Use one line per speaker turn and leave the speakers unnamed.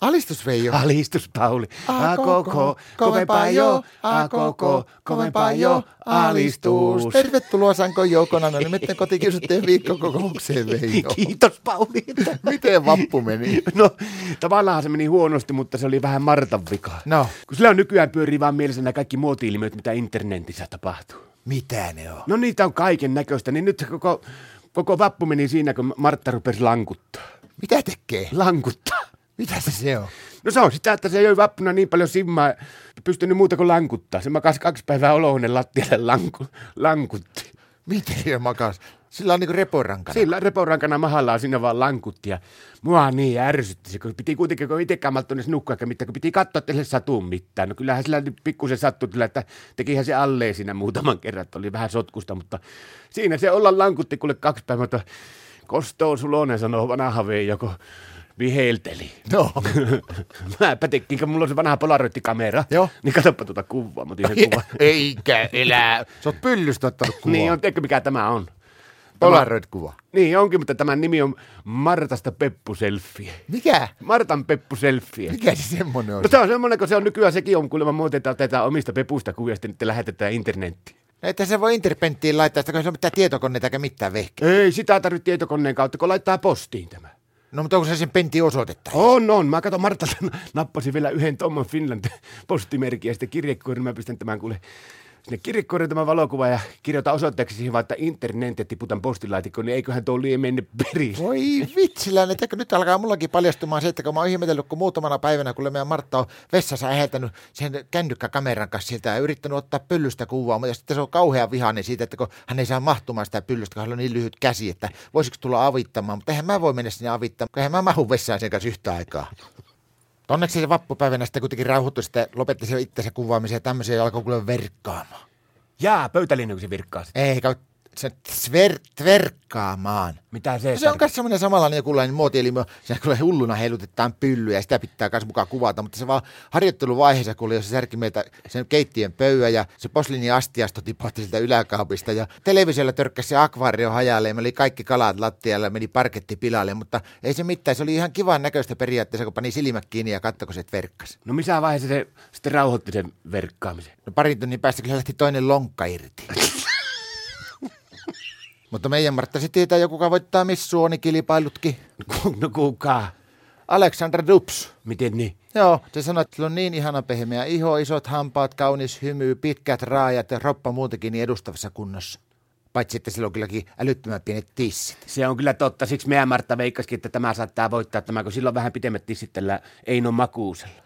Alistus Veijo.
Alistus Pauli. A koko, kovempaa jo. A koko, kovempaa jo. Alistus.
Tervetuloa Sanko Joukona, no nimittäin kotikiusattujen viikkokokoukseen Veijo.
Kiitos Pauli.
Miten vappu meni?
No tavallaan se meni huonosti, mutta se oli vähän Martan vika.
No,
Kun sillä on nykyään pyörii vaan mielessä nämä kaikki muoti-ilmiöt, mitä internetissä tapahtuu.
mitä ne on?
No niitä on kaiken näköistä, niin nyt se koko, koko vappu meni siinä, kun Martta rupesi lankuttaa.
Mitä tekee?
Lankuttaa.
Mitä se se on?
No se on sitä, että se ei vappuna niin paljon simmaa pystynyt muuta kuin lankuttaa. Se makasi kaksi päivää olohuoneen lattialle lanku, lankutti.
Miten se makas? Sillä on niinku reporankana.
Sillä reporankana mahallaan sinne vaan lankutti ja mua niin ärsytti se, kun piti kuitenkin, kun itsekään malttunut nukkuakaan mitään, kun piti katsoa, että ei sille satuu mitään. No kyllähän sillä nyt pikkusen sattui kyllä, että tekihän se alle siinä muutaman kerran, että oli vähän sotkusta, mutta siinä se olla lankutti kuule kaksi päivää, mutta Kosto Sulonen sanoo vanha Veijo, kun viheilteli.
No,
Mä pätekin, kun mulla on se vanha polaroittikamera.
Joo. Niin
Niin katsoppa tuota kuvaa, mä otin sen kuvan.
eikä elää. Sä oot pyllystä ottanut kuvaa.
Niin on, tiedätkö mikä tämä on?
Polaroid-kuva.
Niin onkin, mutta tämän nimi on Martasta Peppu Selfie.
Mikä?
Martan Peppu Selfie.
Mikä se semmonen on?
No se on semmoinen, kun se on nykyään sekin on kuulemma muuten, että otetaan omista pepuista kuvia, sitten niitä lähetetään internettiin.
Että se voi interpenttiin laittaa, sitä, kun ei se on mitään tietokoneita eikä mitään vehkeä.
Ei sitä tarvitse tietokoneen kautta, kun laittaa postiin tämä.
No mutta onko se sen pentin osoitetta?
On, on. Mä katon Martalta, nappasin vielä yhden Tomman Finland postimerkin ja sitten kirjekuoren. Mä pistän tämän kuule sinne kirjekuoren tämän valokuva ja kirjoitan osoitteeksi siihen vaan, että internet ja tiputan postilaatikkoon, niin eiköhän tuo lie mennyt perille.
Voi vitsiläinen, että nyt alkaa mullakin paljastumaan se, että kun mä oon ihmetellyt, kun muutamana päivänä, kun meidän Martta on vessassa äheltänyt sen kännykkäkameran kanssa sieltä ja yrittänyt ottaa pyllystä kuvaa, mutta sitten se on kauhean vihainen siitä, että kun hän ei saa mahtumaan sitä pyllystä, kun hänellä on niin lyhyt käsi, että voisiko tulla avittamaan, mutta eihän mä voi mennä sinne avittamaan, kun eihän mä mahu vessaan sen kanssa yhtä aikaa. Mutta Onneksi se vappupäivänä sitten kuitenkin rauhoittui, sitten lopetti se itsensä kuvaamisen ja tämmöisiä ja alkoi kuule verkkaamaan.
Jaa, pöytälinnuksi virkkaa sitä.
Ei, kun se tver, tverkkaamaan.
Mitä
No se
se,
on
tarkoittaa?
myös semmoinen samanlainen jokinlainen muotielimö, se kyllä hulluna heilutetaan pyllyä ja sitä pitää myös mukaan kuvata, mutta se vaan harjoitteluvaiheessa, kun oli, jos se särki meiltä sen keittiön pöyä ja se posliinin astiasto tipahti siltä yläkaapista ja televisiolla törkkäsi se akvaario hajalle ja meillä oli kaikki kalat lattialla ja meni parketti pilalle, mutta ei se mitään, se oli ihan kivan näköistä periaatteessa, kun pani silmät kiinni ja katsoi, kun se verkkasi.
No missä vaiheessa se sitten rauhoitti sen verkkaamisen?
No parin tunnin päästä kyllä lähti toinen lonkka irti. Mutta meidän Martta se tietää joku, joka voittaa Miss Suoni-kilpailutkin.
Ku- No kuka?
Aleksandra Dups.
Miten niin?
Joo, se sanoi, että sillä on niin ihana pehmeä iho, isot hampaat, kaunis hymy, pitkät raajat ja roppa muutenkin niin edustavassa kunnossa. Paitsi, että sillä on kylläkin älyttömän pienet tissit.
Se on kyllä totta. Siksi meidän Martta veikkasikin, että tämä saattaa voittaa tämä, kun silloin vähän pitemmät tissitellään Eino Makuusella.